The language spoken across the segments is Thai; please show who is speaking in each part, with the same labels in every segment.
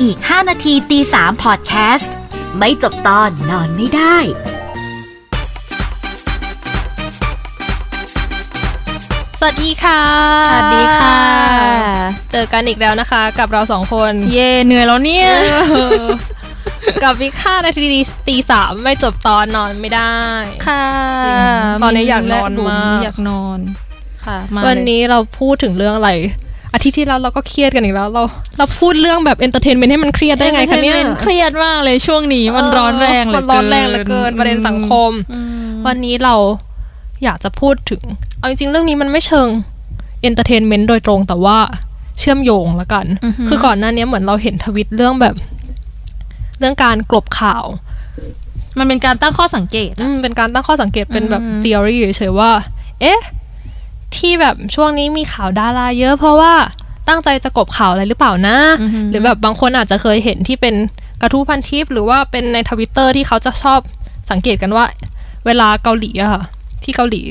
Speaker 1: อีก 5 นาทีตี3พอดแคสต์ ไม่จบตอนนอนไม่ได้
Speaker 2: สวัสดีค่ะ
Speaker 3: สวัสดีค่ะ
Speaker 2: เจอกันอีกแล้วนะคะ กับเราสองคน
Speaker 3: เย่เหนื่อยแล้วเนี่ย
Speaker 2: เออกับวิค่านาทีตีสามไม่จบตอนนอนไม่ได้
Speaker 3: ค่ะ
Speaker 2: จริงตอนนี้อยากนอนมาก
Speaker 3: อยากนอน ค่ะ มา
Speaker 2: วันนี้เราพูดถึงเรื่องอะไร อาทิตย์ที่แล้วเราก็เครียดกันอีกแล้ว เราเราพูดเรื่องแบบเอนเตอร์เทนเมนต์ให้มันเครียดได้ไงคะเนี่ย
Speaker 3: เครียดมากเลยช่วงนี้ มันร้อนแรงเหลื
Speaker 2: มั
Speaker 3: อน เกิน
Speaker 2: ร้อนแรงเหลือเกินประเด็นสังคม
Speaker 3: อืม
Speaker 2: วันนี้เราอยากจะพูดถึง เอาจริงๆเรื่องนี้มันไม่เชิงเอนเตอร์เทนเมนต์โดยตรงแต่ว่าเชื่อมโยงละกัน คือก่อนหน้านี้เหมือนเราเห็นทวิตเรื่องแบบ เรื่องการกลบข่าว
Speaker 3: มันเป็นการตั้งข้อสังเกต
Speaker 2: อืมเป็นการตั้งข้อสังเกตเป็นแบบ
Speaker 3: อืม
Speaker 2: ทฤษฎีเฉยๆว่า เอ๊ะ ที่แบบช่วงนี้มีข่าวดาราเยอะเพราะว่าตั้งใจจะกลบข่าวอะไรหรือเปล่านะ หรือแบบบางคนอาจจะเคยเห็นที่เป็นกระทู้พันทิป หรือว่าเป็นในทวิตเตอร์ที่เขาจะชอบสังเกตกันว่า เวลาเกาหลีอะค่ะ ที่เกาหลี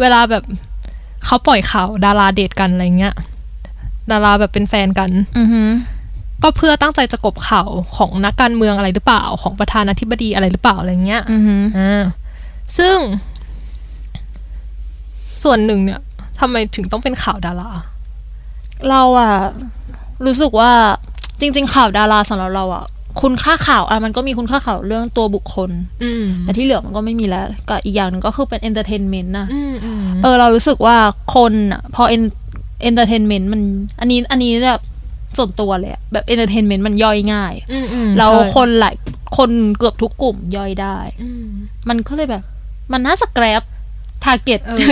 Speaker 2: เวลาแบบเขาปล่อยข่าวดาราเดทกันอะไรเงี้ย ดาราแบบเป็นแฟนกัน
Speaker 3: อือหือ
Speaker 2: ก็เพื่อตั้งใจจะกลบข่าวของนักการเมืองอะไรหรือเปล่า ของประธานาธิบดีอะไรหรือเปล่าอะไรเงี้ย
Speaker 3: อือหือ
Speaker 2: อ่าซึ่ง ส่วนหนึ่งเนี่ยทำไมถึงต้องเป็นข่าวดารา
Speaker 3: เราอะรู้สึกว่าจริง ๆ ข่าวดาราสำหรับเราอะคุณค่าข่าวอะมันก็มีคุณค่าข่าวเรื่องตัวบุคคล
Speaker 2: อืม
Speaker 3: แต่ที่เหลือมันก็ไม่มีแล้วก็อีกอย่างหนึ่งก็คือเป็นเอนเตอร์เทนเมนต์นะ
Speaker 2: อืมอืม
Speaker 3: เออเรารู้สึกว่าคนอ่ะพอเอนเอนเตอร์เทนเมนต์มันอันนี้อันนี้แบบส่วนตัวเลยอะแบบเอนเตอร์เทนเมนต์มันย่อยง่าย
Speaker 2: อืมอืม
Speaker 3: แล้ว
Speaker 2: ใช่
Speaker 3: คนหลายคนเกือบทุกกลุ่มย่อยได้
Speaker 2: อืม
Speaker 3: มันก็เลยแบบ มันน่าจะแกร็บทาร์เก็ต
Speaker 2: เออ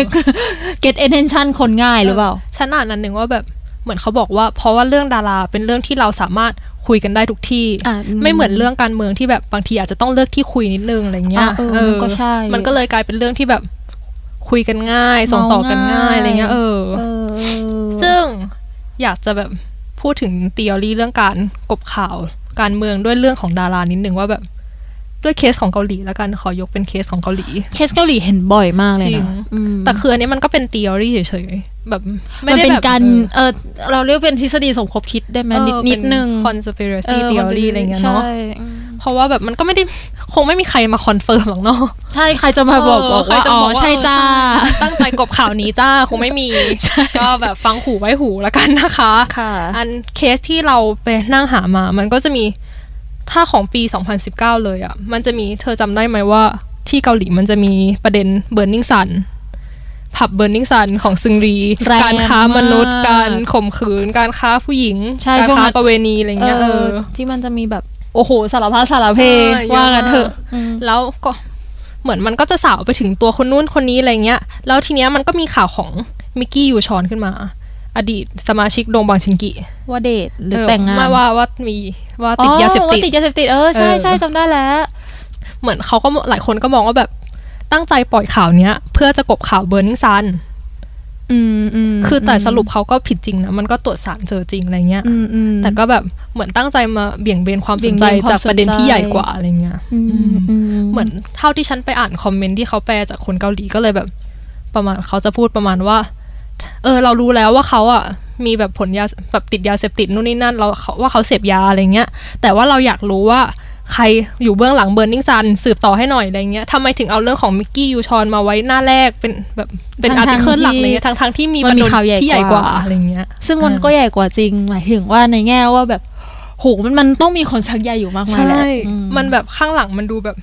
Speaker 3: เก็ตเอเทนชันคนง่ายหรือเปล่า
Speaker 2: ฉันอ่านนั้นหนึ่งว่าแบบเหมือนเขาบอกว่า เพราะว่าเรื่องดาราเป็นเรื่องที่เราสามารถคุยกันได้ทุกที่
Speaker 3: อ่ะอืม
Speaker 2: ไม่เหมือนเรื่องการเมืองที่แบบบางทีอาจจะต้องเลือกที่คุยนิดนึงอะไรเงี้ย
Speaker 3: อ่ะเออมันก็ใช่
Speaker 2: มันก็เลยกลายเป็นเรื่องที่แบบคุยกันง่าย ส่งต่อกันง่าย
Speaker 3: เมาง่าย
Speaker 2: อะไรเงี้ยเออ
Speaker 3: เออ
Speaker 2: ซึ่งอยากจะแบบพูดถึงเตียรี่เรื่องการกบข่าวการเมืองด้วยเรื่องของดารานิดนึงว่าแบบด้วยเคสของเกาหลีแล้วกันขอยกเป็นเคสของเกาหลี
Speaker 3: เคสเกาหลีเห็นบ่อยมากเลย
Speaker 2: จริ
Speaker 3: นะ
Speaker 2: ง
Speaker 3: อืม
Speaker 2: แต่คืออันนี้มันก็เป็นเตียรี่เฉยๆแบบไม่
Speaker 3: มัน
Speaker 2: ได้
Speaker 3: เป็น
Speaker 2: แบบ
Speaker 3: การเออเราเรียกเป็นทฤษฎีสมคบคิดได้ไหม
Speaker 2: เออ
Speaker 3: นิดนิดนึง
Speaker 2: คอน
Speaker 3: เอ
Speaker 2: conspiracy
Speaker 3: อ
Speaker 2: theory อะไรเงี้ยเนาะ
Speaker 3: ใช่อืม
Speaker 2: เพราะว่าแบบมันก็ไม่ได้คงไม่มีใครมาคอนเฟิร์มหรอกเนาะ
Speaker 3: ใช่ใครจะมาบอกบอก
Speaker 2: เใคร
Speaker 3: ว่า
Speaker 2: จะ
Speaker 3: อ๋อ
Speaker 2: บอกว่
Speaker 3: ใช่จ้า
Speaker 2: เออใช่ฉันตั้งใจกบข่าวนี้จ้าคงไม่มีก็แบบฟังหูไว้หูแล้วกันนะคะ
Speaker 3: ค่ะ
Speaker 2: อันเคสที่เราไปนั่งหามา มันก็จะมีถ้าของปี 2019 เลยอะ่ะ มันจะมีเธอจำได้ไหมว่า ที่เกาหลีมันจะมีประเด็น Burning Sun ผับ Burning Sun ของซึงรี
Speaker 3: แรงมาก
Speaker 2: การค้ามนุษย์ การข่มขืน การค้าผู้หญิง
Speaker 3: ใช่
Speaker 2: การ
Speaker 3: ช่วงนั้
Speaker 2: ค้าน ประเวณีอะไร
Speaker 3: เอ
Speaker 2: เงี้ยเอ
Speaker 3: อ
Speaker 2: อ
Speaker 3: ที่มันจะมีแบบ โอ้โห สารพัดสารเพ
Speaker 2: ใช่
Speaker 3: ว่ากัน
Speaker 2: เยอะมาก
Speaker 3: เถอะ
Speaker 2: แล้วก็เหมือนมันก็จะสาวไปถึงตัวคนนู้นคนนี้อะไรเงี้ย แล้วทีเนี้ยมันก็มีข่าวของมิกกี้ยูชอนขึ้นมา อดีตสมาชิกดงบังชิงกิ
Speaker 3: ว่าเดทหรือ
Speaker 2: เ
Speaker 3: แต่งงาน
Speaker 2: ไม่ว่าว่ามีว่าติดยาเสพ
Speaker 3: อ๋อว่
Speaker 2: ติด
Speaker 3: ติดยาเสพติดเออใช่
Speaker 2: เออ
Speaker 3: ใช่จำได้แล้ว
Speaker 2: เหมือนเขาก็หลายคนก็มองว่าแบบตั้งใจปล่อยข่าวเนี้ย เพื่อจะกลบข่าวเบ r ร์นิ g งซัน
Speaker 3: อืมอืม
Speaker 2: คือแต่สรุปเขาก็ผิดจริงนะ มันก็ตรวจสารเจอจริงอะไรเงี้ย
Speaker 3: อืมอืม
Speaker 2: แต่ก็แบบเหมือนตั้งใจมาเบี่ยงเบนความสนใจ
Speaker 3: เบี่ยงเบนความ
Speaker 2: จากประเด็
Speaker 3: ส
Speaker 2: น
Speaker 3: นใจ
Speaker 2: ที่ใหญ่กว่าอะไรเงี้ย
Speaker 3: อืมอืม
Speaker 2: เหมือนเท่าที่ฉันไปอ่านคอมเมนต์ที่เขาแปลจากคนเกาหลีก็เลยแบบ ประมาณเขาจะพูดประมาณว่า เออ เรารู้แล้วว่าเขาอ่ะมีแบบผลยาแบบติดยาเสพติดนู่นนี่นั่นเราเขาว่าเขาเสพยาอะไรเงี้ย แต่ว่าเราอยากรู้ว่าใครอยู่เบื้องหลังเบ r ร์นิ g งซันสืบต่อให้หน่อยอะไรเงี้ยทำไมถึงเอาเรื่องของมิกกี้ยูชอนมาไว้หน้าแรกเป็นแบบเป็นอาร์ติเคิลหลักอะไรเลยทั้งทั้งๆที่มีประเด็นที่ใหญ่กว่าอะไรเงี้ย
Speaker 3: ซึ่งมัน
Speaker 2: อ่า
Speaker 3: ก็ใหญ่กว่าจริง หมายถึงว่าในแง่ว่าแบบโหมันมันต้องมีคนชักใยอยู่มากมายแหละ
Speaker 2: ใช่
Speaker 3: อื
Speaker 2: มันแบบข้างหลังมันดูแบบ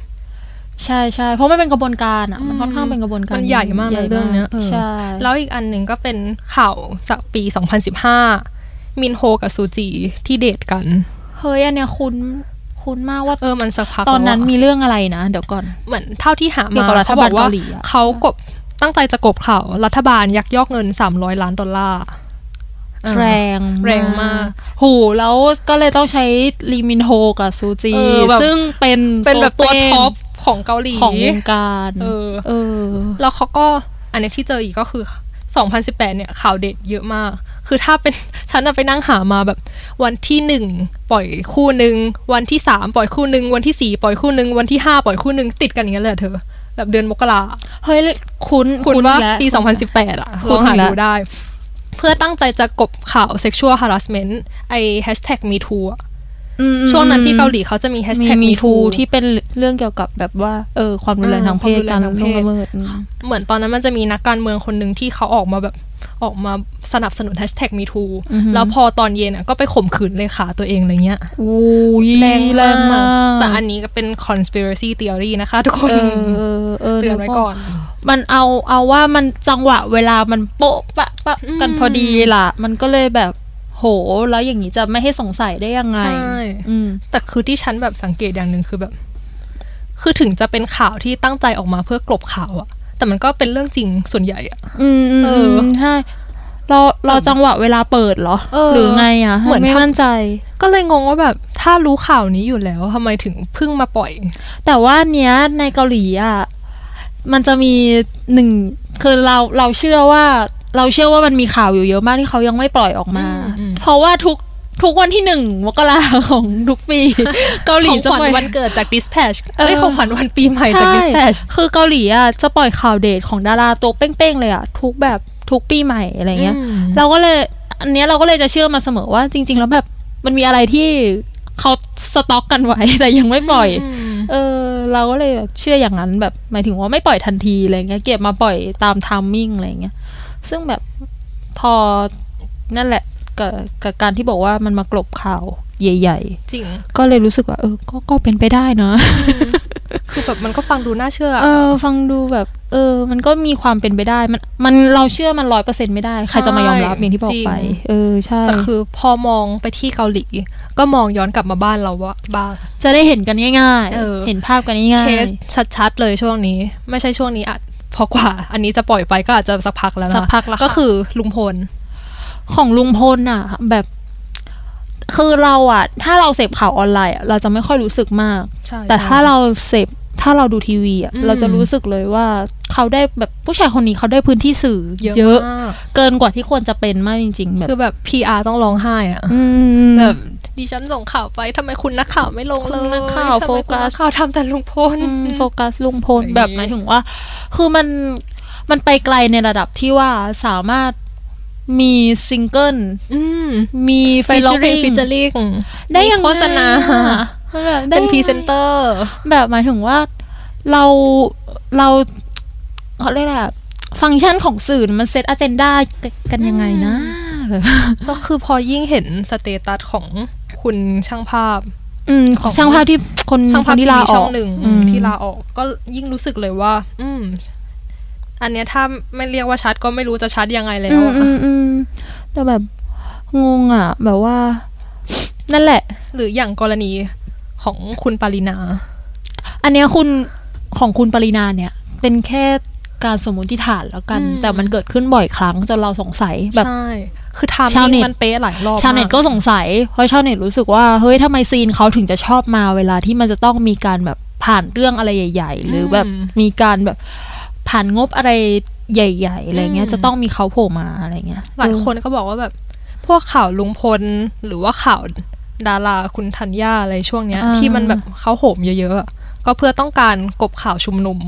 Speaker 3: ใช่ใช่เพราะมันเป็นกระบวนการอ่ะมัน
Speaker 2: อืม
Speaker 3: ค่อนข้างเป็นกระบวนการ
Speaker 2: มันใหญ่มากนะ
Speaker 3: ใญ่
Speaker 2: เรื่องเนี้ยเออ
Speaker 3: ใช่
Speaker 2: แล้วอีกอันหนึ่งก็เป็นข่าวจากปี 2015 มินโฮกับซูจีที่เดทกัน
Speaker 3: เฮ้ยอันเนี้ยคุ้นคุ้นมากว่า
Speaker 2: เออ มันสักพัก
Speaker 3: ตอนนั้น
Speaker 2: แล้วะ
Speaker 3: มีเรื่องอะไรนะ เดี๋ยวก่อน
Speaker 2: เหมือนเท่าที่หา
Speaker 3: เกี่ย
Speaker 2: มาว
Speaker 3: กับรัฐ
Speaker 2: เขาบอ
Speaker 3: บา
Speaker 2: ก
Speaker 3: ล
Speaker 2: ว่า
Speaker 3: เกาหลีอะ
Speaker 2: เขากบตั้งใจจะกบข่าวรัฐบาลยักยอกเงิน 300 ล้านดอลลาร์เออ
Speaker 3: แรง
Speaker 2: แรงมาก
Speaker 3: โหแล้วก็เลยต้องใช้ลีมินโฮกับซูจี
Speaker 2: เออแบบ
Speaker 3: ซึ่งเป็น
Speaker 2: เป็นแบบตัว
Speaker 3: เง
Speaker 2: ท็อปของเกาหลี
Speaker 3: ของวงการ
Speaker 2: เออ
Speaker 3: เออ
Speaker 2: แล้วเขาก็อันเนี้ยที่เจออีกก็คือ 2018 เนี่ยข่าวเด็ดเยอะมาก คือถ้าเป็น ฉันน่ะไปนั่งหามาแบบ วันที่หนึ่งปล่อยคู่หนึ่งวันที่สามปล่อยคู่หนึ่งวันที่สี่ปล่อยคู่หนึ่งวันที่ห้าปล่อยคู่หนึ่งติดกันอย่างเงี้ยเลยอะเธอ แบบเดือนมกรา
Speaker 3: เฮ้ย คุ้น
Speaker 2: คุณว่า
Speaker 3: อีกแล้ว
Speaker 2: ปี 2018 อ่ะ
Speaker 3: คุ้
Speaker 2: ลอน ง
Speaker 3: อี
Speaker 2: หาก
Speaker 3: แล้ว
Speaker 2: ดูได้ เพื่อตั้งใจจะกบข่าว sexual harassment ไอ hashtag me too อะ
Speaker 3: อืม
Speaker 2: ช่วงนั้นที่เกาหลีเขาจะมีแฮช
Speaker 3: มี
Speaker 2: แท็ก
Speaker 3: มีทูที่เป็นเรื่องเกี่ยวกับแบบว่าเออความรุนแรงทางเพศ
Speaker 2: เออ
Speaker 3: กาว
Speaker 2: คารมรุนแรงทางเพศ
Speaker 3: ล่วงละเมิดอืม
Speaker 2: เหมือนตอนนั้นมันจะมีนักการเมืองคนหนึ่งที่เขาออกมาแบบออกมาสนับสนุนแฮชแท็กมีทู
Speaker 3: อือฮึ
Speaker 2: แล้วพอตอนเย็นอ่ะก็ไปข่มขืนเลขาตัวเองอะไรเงี้ย
Speaker 3: อู้ยแรงมาก
Speaker 2: แต่อันนี้ก็เป็น conspiracy theory นะคะทุกคน
Speaker 3: เออเออเออ
Speaker 2: เตือนไว้ก่อน
Speaker 3: มันเอาเอาว่ามันจังหวะเวลามันโป๊ะปะปะ
Speaker 2: อืม
Speaker 3: กันพอดีล่ะ มันก็เลยแบบโหแล้วอย่างนี้จะไม่ให้สงสัยได้ยังไง
Speaker 2: ใช่
Speaker 3: อืม
Speaker 2: แต่คือที่ฉันแบบสังเกตอย่างหนึ่งคือแบบ คือถึงจะเป็นข่าวที่ตั้งใจออกมาเพื่อกลบข่าวอะแต่มันก็เป็นเรื่องจริงส่วนใหญ่อะ
Speaker 3: อืมอืม
Speaker 2: เอ
Speaker 3: อื
Speaker 2: อ
Speaker 3: มใช่เราเราจังหวะเวลาเปิดเหรอ
Speaker 2: เออ
Speaker 3: หรือไงอ่ะ
Speaker 2: เหมือน
Speaker 3: ไม่
Speaker 2: ทำ
Speaker 3: มั่นใจ
Speaker 2: ก็เลยงงว่าแบบถ้ารู้ข่าวนี้อยู่แล้วทำไมถึงเพิ่งมาปล่อย
Speaker 3: แต่ว่าเนี้ยในเกาหลีอ่ะมันจะมีหนึ่งคือเราเราเชื่อว่า เราเชื่อว่ามันมีข่าวอยู่เยอะมากที่เขายังไม่ปล่อยออกมา
Speaker 2: อืม
Speaker 3: เพราะว่าทุกทุกวันที่หนึ่งมกราของทุก ปี เกาหลี
Speaker 2: ของ
Speaker 3: จะ
Speaker 2: ขวัญ
Speaker 3: ปล่อย
Speaker 2: วันเกิดจาก dispatch
Speaker 3: เออ
Speaker 2: เอ้ยของขวัญวันปีใหม่
Speaker 3: ใช่
Speaker 2: จาก dispatch
Speaker 3: คือเกาหลีอ่ะจะปล่อยข่าวเดทของดาราตัวเป้งๆเลยอ่ะทุกแบบทุกปีใหม่อะไรเงี้ย
Speaker 2: อืม
Speaker 3: เราก็เลยอันเนี้ยเราก็เลยจะเชื่อมาเสมอว่าจริง ๆ แล้วแบบมันมีอะไรที่เขาสต็อกกันไว้ แต่ยังไม่ปล่อย เออ เราก็เลยแบบเชื่ออย่างนั้นแบบหมายถึงว่าไม่ปล่อยทันทีอะไรเงี้ยเก็บมาปล่อยตามไทามมิ่งอะไรเงี้ยซึ่งแบบพอนั่นแหละกับกับการที่บอกว่ามันมากลบข่าวใหญ่
Speaker 2: จริง
Speaker 3: ๆ ก็เลยรู้สึกว่า เออก็ก็เป็นไปได้นะ
Speaker 2: คือแบบมันก็ฟังดูน่าเชื่อ
Speaker 3: เออ ฟังดูแบบ เออ มันก็มีความเป็นไปได้ มันมันเราเชื่อมันร้อยเปอร์เซ็นไม่ได้ ใครจะมายอมรับอย่างที่บอกไป
Speaker 2: จริง
Speaker 3: เออใช่
Speaker 2: แต่คือพอมองไปที่เกาหลี ก็มองย้อนกลับมาบ้านเราว่าบ้าง
Speaker 3: จะได้เห็นกันง่าย
Speaker 2: เออ
Speaker 3: เห็นภาพกันง่าย
Speaker 2: เคสชัดๆเลยช่วงนี้ ไม่ใช่ช่วงนี้อะพอกว่า อันนี้จะปล่อยไปก็อาจจะสักพักแล้วนะ
Speaker 3: สักพักละ
Speaker 2: ก็
Speaker 3: ก็คือ
Speaker 2: คือลุงพล
Speaker 3: ของลุงพลอ่ะ แบบ คือเราอ่ะ ถ้าเราเสพข่าวออนไลน์อะเราจะไม่ค่อยรู้สึกมาก
Speaker 2: ใช่
Speaker 3: แต่ถ้าเราเสพถ้าเราดูทีวีอ่ะ
Speaker 2: อืม
Speaker 3: เราจะรู้สึกเลยว่าเขาได้แบบผู้ชายคนนี้เขาได้พื้นที่สื่อ
Speaker 2: เยอะ
Speaker 3: เยอะ
Speaker 2: มาก
Speaker 3: เกินกว่าที่ควรจะเป็นมากจริง ๆ แบบ
Speaker 2: คือแบบ PR ต้องร้องไห้อะ
Speaker 3: ม
Speaker 2: แบบดิฉันส่งข่าวไปทำไมคุณนักข่าวไม่ลงเลย
Speaker 3: คุณนักข่าว
Speaker 2: ทำไมคุ
Speaker 3: โฟ
Speaker 2: ณ
Speaker 3: กัส
Speaker 2: นักข่าวทำแต่ลุงพล
Speaker 3: อืมโฟกัสลุงพล
Speaker 2: อะไรอย่างงี้
Speaker 3: แบบหมายถึงว่า คือมันมันไปไกลในระดับที่ว่าสามารถมีซิงเกิล
Speaker 2: อืม
Speaker 3: มี
Speaker 2: ไป
Speaker 3: ฟิช
Speaker 2: ร้อง
Speaker 3: เชอ
Speaker 2: เพลง
Speaker 3: ริ
Speaker 2: ฟิ
Speaker 3: ง
Speaker 2: เจอริง
Speaker 3: ได้ยังไง
Speaker 2: โฆษณา
Speaker 3: อะมันแบบได้
Speaker 2: เป็น
Speaker 3: ยังไง
Speaker 2: พรีเซนเตอร์
Speaker 3: แบบหมายถึงว่าเราเราเขาเรียกอะไรอะฟังก์ชันของสื่อมันเซตอะเจนดากันยังไงนะแบบ
Speaker 2: ก็คือพอยิ่งเห็นสเตตัสของคุณช่างภาพ
Speaker 3: อืมของช่างภาพที่คน
Speaker 2: ช่างภาพ
Speaker 3: คน
Speaker 2: ที
Speaker 3: ที่ลา
Speaker 2: วี
Speaker 3: อ
Speaker 2: ช่
Speaker 3: อ
Speaker 2: อง
Speaker 3: ก
Speaker 2: หนึ่ง
Speaker 3: อืม
Speaker 2: ที่ลาออกก็ยิ่งรู้สึกเลยว่า อืม อันเนี้ยถ้าไม่เรียกว่าชัดก็ไม่รู้จะชัดยังไงแล้วอะ
Speaker 3: อืมอืมอืมแต่แบบงงอ่ะ แบบว่า นั่นแหละ
Speaker 2: หรืออย่างกรณีของคุณปารินา
Speaker 3: อันเนี้ยคุณของคุณปรินาเนี่ย เป็นแค่การสมมติฐานแล้วกัน
Speaker 2: อืม
Speaker 3: แต่มันเกิดขึ้นบ่อยครั้งจนเราสงสัยแบบ
Speaker 2: ใช่ คือไท
Speaker 3: ชาว
Speaker 2: ม์
Speaker 3: เน็
Speaker 2: มิ่
Speaker 3: ต
Speaker 2: งมันเป๊ะหลายรอบ
Speaker 3: ชาวเน็ตก็
Speaker 2: ม
Speaker 3: สงสัย เพราะชาวเน็ตรู้สึกว่าเฮ้ยทำไมซีนเขาถึงจะชอบมาเวลาที่มันจะต้องมีการแบบผ่านเรื่องอะไรใหญ่ ๆ หรือแบบมีการแบบผ่านงบอะไรใหญ่ ๆอะไรเงี้ยจะต้องมีเขาโผล่มาอะไรเงี้ย
Speaker 2: หลายค
Speaker 3: เออน
Speaker 2: ก็บอกว่าแบบ พวกข่าวลุงพล หรือว่าข่าวดาราคุณธัญญาอะไรช่วงเนี้ย ที่มันแบบเขาโหมเยอะๆอะก็เพื่อต้องการกลบข่าวชุมนุม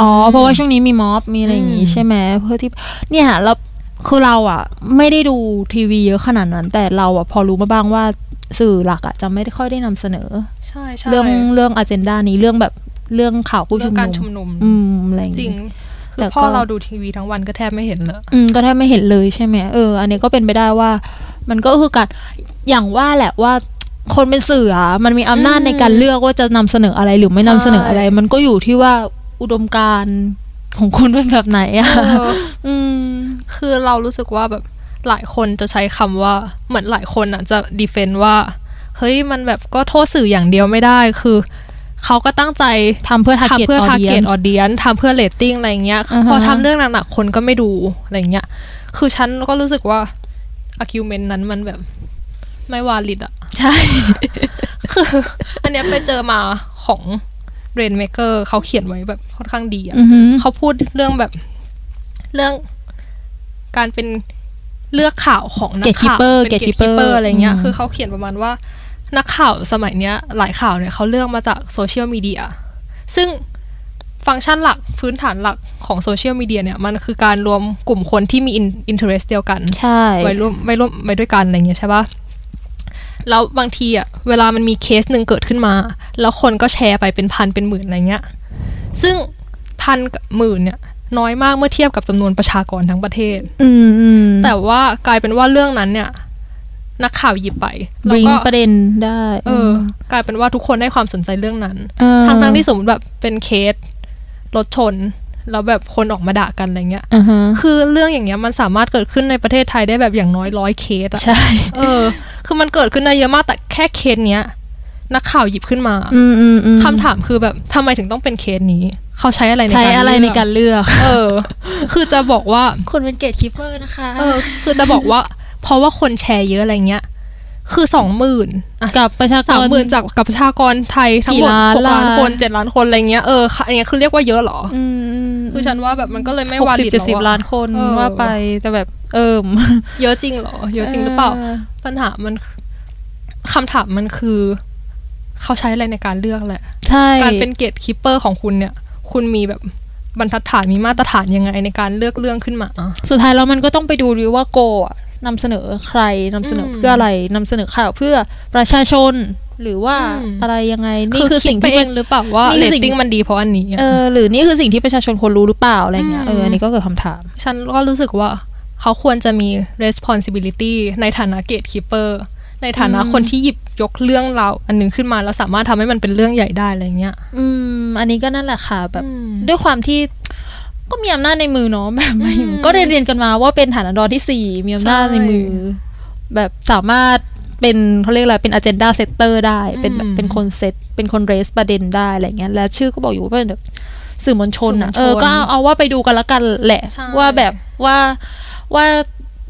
Speaker 3: อ๋อเพราะว่าช่วงนี้มีม็อบมีอะไรอย่างงี้
Speaker 2: อืม
Speaker 3: ใช่ไหมเพื่อที่เนี่ยเราคือเราอ่ะ ไม่ได้ดูทีวีเยอะขนาดนั้น แต่เราอ่ะพอรู้มาบ้างว่าสื่อหลักอ่ะจะไม่ได้ค่อยได้นำเสนอ
Speaker 2: ใช่ใช่
Speaker 3: เรื่องเรื่องอเจนดานี้เรื่องแบบเรื่องข่าวผู้ชุ
Speaker 2: เรื่อ
Speaker 3: ม
Speaker 2: ง
Speaker 3: นุ
Speaker 2: การ
Speaker 3: ม
Speaker 2: ชุมนุม
Speaker 3: อืมอะไรอย่าง
Speaker 2: จริง
Speaker 3: งี้
Speaker 2: คื
Speaker 3: แต่
Speaker 2: อ
Speaker 3: ก็
Speaker 2: พ่อเราดูทีวีทั้งวันก็แทบไม่เห็นเลย
Speaker 3: อืมก็แทบไม่เห็นเลยใช่ไหมเอออันนี้ก็เป็นไปได้ว่า มันก็คือการอย่างว่าแหละว่าคนเป็นสื่ออะมันมีอำนาจ
Speaker 2: อืม
Speaker 3: ในการเลือกว่าจะนำเสนออะไรหรือไม่นำเสนออะไร
Speaker 2: ใช่
Speaker 3: มันก็อยู่ที่ว่าอุดมการณ์ของคุณเป็นแบบไหนอะอืม
Speaker 2: คือเรารู้สึกว่าแบบหลายคนจะใช้คำว่าเหมือนหลายคนอ่ะจะดีเฟนต์ว่า เฮ้ยมันแบบก็โทษสื่ออย่างเดียวไม่ได้คือ เขาก็ตั้งใจ
Speaker 3: ทำเพื่อ target
Speaker 2: ทำเพื่อ
Speaker 3: audience
Speaker 2: ทาร์เก็ตออเดียนทำเพื่อเลตติ้งอะไรเงี้ย
Speaker 3: อ่าฮะ
Speaker 2: พอทำเรื่องหนักๆคนก็ไม่ดูอะไรเงี้ยคือฉันก็รู้สึกว่าอากิวเมนนั้นมันแบบไม่วาลิดอ่ะ
Speaker 3: ใช่
Speaker 2: คือ อันเนี้ยไปเจอมาของเรนเมเกอร์เขาเขียนไว้แบบค่อนข้างดีอ่ะ
Speaker 3: อือหือ
Speaker 2: เขาพูดเรื่องแบบเรื่องการเป็นเลือกข่าวของนักข่าว
Speaker 3: Gatekeeper
Speaker 2: เป็น
Speaker 3: Gatekeeper
Speaker 2: gatekeeper อะไรเงี้ย
Speaker 3: อืม
Speaker 2: คือเขาเขียนประมาณว่านักข่าวสมัยเนี้ย หลายข่าวเนี่ยเขาเลือกมาจากโซเชียลมีเดียซึ่งฟังก์ชันหลักพื้นฐานหลักของโซเชียลมีเดียเนี่ย มันคือการรวมกลุ่มคนที่มีอินเทอร์เสเดียวกัน
Speaker 3: ใช่
Speaker 2: ไว้ร่วมไว้ร่วมไว้ด้วยกันอะไรเงี้ยใช่ปะ แล้วบางทีอ่ะเวลามันมีเคสหนึ่งเกิดขึ้นมา แล้วคนก็แชร์ไปเป็นพันเป็นหมื่นอะไรเงี้ย ซึ่งพันกับหมื่นเนี่ยน้อยมากเมื่อเทียบกับจำนวนประชากรทั้งประเทศ
Speaker 3: อืมอืม
Speaker 2: แต่ว่ากลายเป็นว่าเรื่องนั้นเนี่ย นักข่าวหยิบไป
Speaker 3: บ
Speaker 2: แล้ว
Speaker 3: ริง
Speaker 2: ก็
Speaker 3: ประเด็นได้
Speaker 2: เออ กลายเป็นว่าทุกคนได้ความสนใจเรื่องนั้น
Speaker 3: เออ
Speaker 2: ทั้งทั้งๆที่สมมติแบบเป็นเคสรถชน แล้วแบบคนออกมาด่ากันอะไรเงี้ย
Speaker 3: อ่าฮะ
Speaker 2: คือเรื่องอย่างเงี้ยมันสามารถเกิดขึ้นในประเทศไทยได้แบบอย่างน้อยร้อยเคสอะ
Speaker 3: ใช่
Speaker 2: เออ คือมันเกิดขึ้นได้เยอะมากแต่แค่เคสเนี้ย นักข่าวหยิบขึ้นมา
Speaker 3: อืมอืมอืม
Speaker 2: คำถามคือแบบทำไมถึงต้องเป็นเคสนี้ เขาใช้อะไรใน
Speaker 3: ใช้
Speaker 2: การ
Speaker 3: อะไรในการเลือก
Speaker 2: เออ คือจะบอกว่า
Speaker 3: คุณเป็นเกตคิปเปอร์นะคะ
Speaker 2: เออ คือจะบอกว่า เพราะว่าคนแชร์เยอะอะไรเงี้ย คือสองหมื่นอะ
Speaker 3: กับประชากร
Speaker 2: สามหมื่นจากกับประชากรไทยทั้งหมด
Speaker 3: กี่ล้าน
Speaker 2: หกล้าน
Speaker 3: ล่ะ
Speaker 2: คนเจ็ดล้านคนอะไรเงี้ย เออค่ะอันเนี้ยคือเรียกว่าเยอะเหรอ
Speaker 3: อืม
Speaker 2: คือฉันว่าแบบมันก็เลยไม่วา
Speaker 3: หกสิบ
Speaker 2: ลิด
Speaker 3: เจ็ดสิบ
Speaker 2: แล้วอะ
Speaker 3: ล้านคน
Speaker 2: เออ
Speaker 3: ว่าไปแต่แบบ เอิม
Speaker 2: เยอะจริงเหรอ เยอะจริงหรือเปล่า ปัญหามันคำถามมันคือ เขาใช้อะไรในการเลือกแหละ
Speaker 3: ใช่
Speaker 2: การเป็นเกตคิปเปอร์ของคุณเนี่ย คุณมีแบบบรรทัดฐานมีมาตรฐานยังไงในการเลือกเรื่องขึ้นมาอ่ะ
Speaker 3: สุดท้ายแล้วมันก็ต้องไปดูดีว่าโกอะนำเสนอใครนำเสนออ
Speaker 2: ม
Speaker 3: เพื่ออะไรนำเสนอข่าวเพื่อประชาชน หรือว่า
Speaker 2: อืม
Speaker 3: อะไรยังไงนี่คือสิ่ง
Speaker 2: ดไป
Speaker 3: ที่
Speaker 2: เอ
Speaker 3: มั
Speaker 2: ง
Speaker 3: น
Speaker 2: หรือเปล่าว่า
Speaker 3: นี่คือ
Speaker 2: เรต
Speaker 3: สิ่ง
Speaker 2: ติ้งมันดีเพราะอันนี้อ่ะ
Speaker 3: เออหรือนี่คือสิ่งที่ประชาชนควรรู้หรือเปล่าอะไรเงี้ย
Speaker 2: อืม
Speaker 3: เอออันนี้ก็เกิดคำถาม
Speaker 2: ฉันก็รู้สึกว่าเขาควรจะมี responsibility ในฐานะเกตคิปเปอร์ในฐานะ
Speaker 3: อืม
Speaker 2: คนที่หยิบยกเรื่องเราวอันหนึงขึ้นมาแล้วสามารถทำให้มันเป็นเรื่องใหญ่ได้อะไรเงี้ย
Speaker 3: อืม อันนี้ก็นั่นแหละค่ะแบบ
Speaker 2: อืม
Speaker 3: ด้วยความที่ก็มีอำนาจในมือเนาะ แบบหมายถึงก็เรียนเรียนกันมาว่าเป็นฐานะดรที่สี่มีอำนาจในมือ
Speaker 2: ใช่
Speaker 3: แบบสามารถเป็นเขาเรียกอะไรเป็น agenda setter ได้ เป็นแบบ
Speaker 2: อืม
Speaker 3: เป็นคนเซตเป็นคน raise ประเด็นได้อะไรเงี้ยและชื่อก็บอกอยู่ว่าเป็นแบบสื่อมวลชนอ่ะ
Speaker 2: สื่
Speaker 3: เอ
Speaker 2: อมวลชน
Speaker 3: อก็เอาเอาว่าไปดูกันละกันแหละ
Speaker 2: ใช่
Speaker 3: ว่าแบบว่าว่า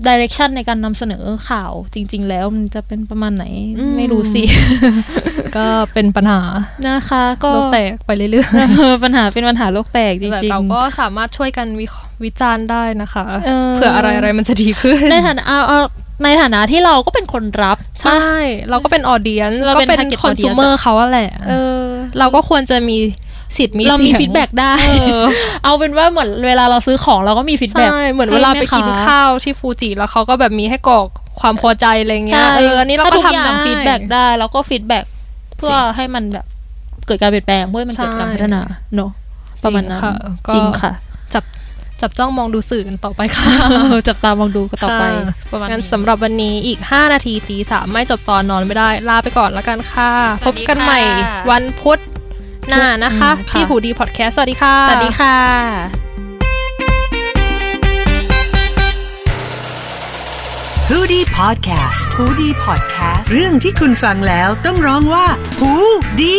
Speaker 3: direction ในการนำเสนอข่าวจริง ๆ แล้วมันจะเป็นประมาณไหนไม่รู้ สิ
Speaker 2: ก็เป็นปัญหา
Speaker 3: นะคะก็
Speaker 2: โลกแตกไปเรื่อยๆ
Speaker 3: เออปัญหาเป็นปัญหาโลกแตกจ
Speaker 2: แต่
Speaker 3: ริง
Speaker 2: เรา
Speaker 3: ๆ
Speaker 2: ก็สามารถช่วยกันวิเคราะห์วิจารณ์ได้นะคะ
Speaker 3: เออ
Speaker 2: เผื่ออะไรอะไรมันจะดีขึ้น
Speaker 3: ในฐานะเอาเอาในฐานะที่เราก็เป็นคนรับ
Speaker 2: ใช่ เราก็เป็นออเดียน
Speaker 3: เราเป็น
Speaker 2: ก็เป็น
Speaker 3: target
Speaker 2: คอน
Speaker 3: audience
Speaker 2: sumer เขาอะแหละ
Speaker 3: เออ
Speaker 2: เราก็ควรจะมีสิทธิ์มี
Speaker 3: เรามี
Speaker 2: สียง
Speaker 3: ฟีดแบ็กได้
Speaker 2: เออ
Speaker 3: เอาเป็นว่าเหมือนเวลาเราซื้อของเราก็มีฟีดแบ็ก
Speaker 2: ใช่เหมือนเวลาไปกินข้าวที่ฟูจิแล้วเขาก็แบบมีให้กรอกความพอใจอะไรเงี้ย
Speaker 3: ใช่
Speaker 2: เอออันนี้เรา
Speaker 3: ถ้
Speaker 2: ก็
Speaker 3: ทุ
Speaker 2: ทำ
Speaker 3: อย่า
Speaker 2: ได้
Speaker 3: งฟีดแบ็กได้ แล้วก็ฟีดแบ็กเพื่อให้มันแบบเกิดการเปลี่ยนแปลงเพื่อให้มันเกิดการ
Speaker 2: ใช่
Speaker 3: พัฒนาเนอะประมาณนั้น
Speaker 2: จริงค่ะก็
Speaker 3: จริงค่ะ
Speaker 2: จับจับจ้องมองดูสื่อกันต่อไปค่ะ
Speaker 3: เออจับตามองดู กันต่อไป
Speaker 2: ค่ะ
Speaker 3: ประมาณ
Speaker 2: งั้น
Speaker 3: นี้
Speaker 2: สำหรับวันนี้อีก 5 นาทีตีสามไม่จบตอนนอนไม่ได้ ลาไปก่อนแล้วกันค่ะ
Speaker 3: ส
Speaker 2: พ
Speaker 3: วั
Speaker 2: บ
Speaker 3: สดี
Speaker 2: กันใหม่
Speaker 3: ค่ะ
Speaker 2: วันพุธหน้านะคะ
Speaker 3: อืมค่ะ
Speaker 2: ที่หูดีพอดแคสต์สวัสดีค่ะ
Speaker 3: สวัสดีค่ะ
Speaker 4: ฮูดี้พอดแคสต์ฮูดี้พอดแคสต์เรื่องที่คุณฟังแล้วต้องร้องว่าฮูดี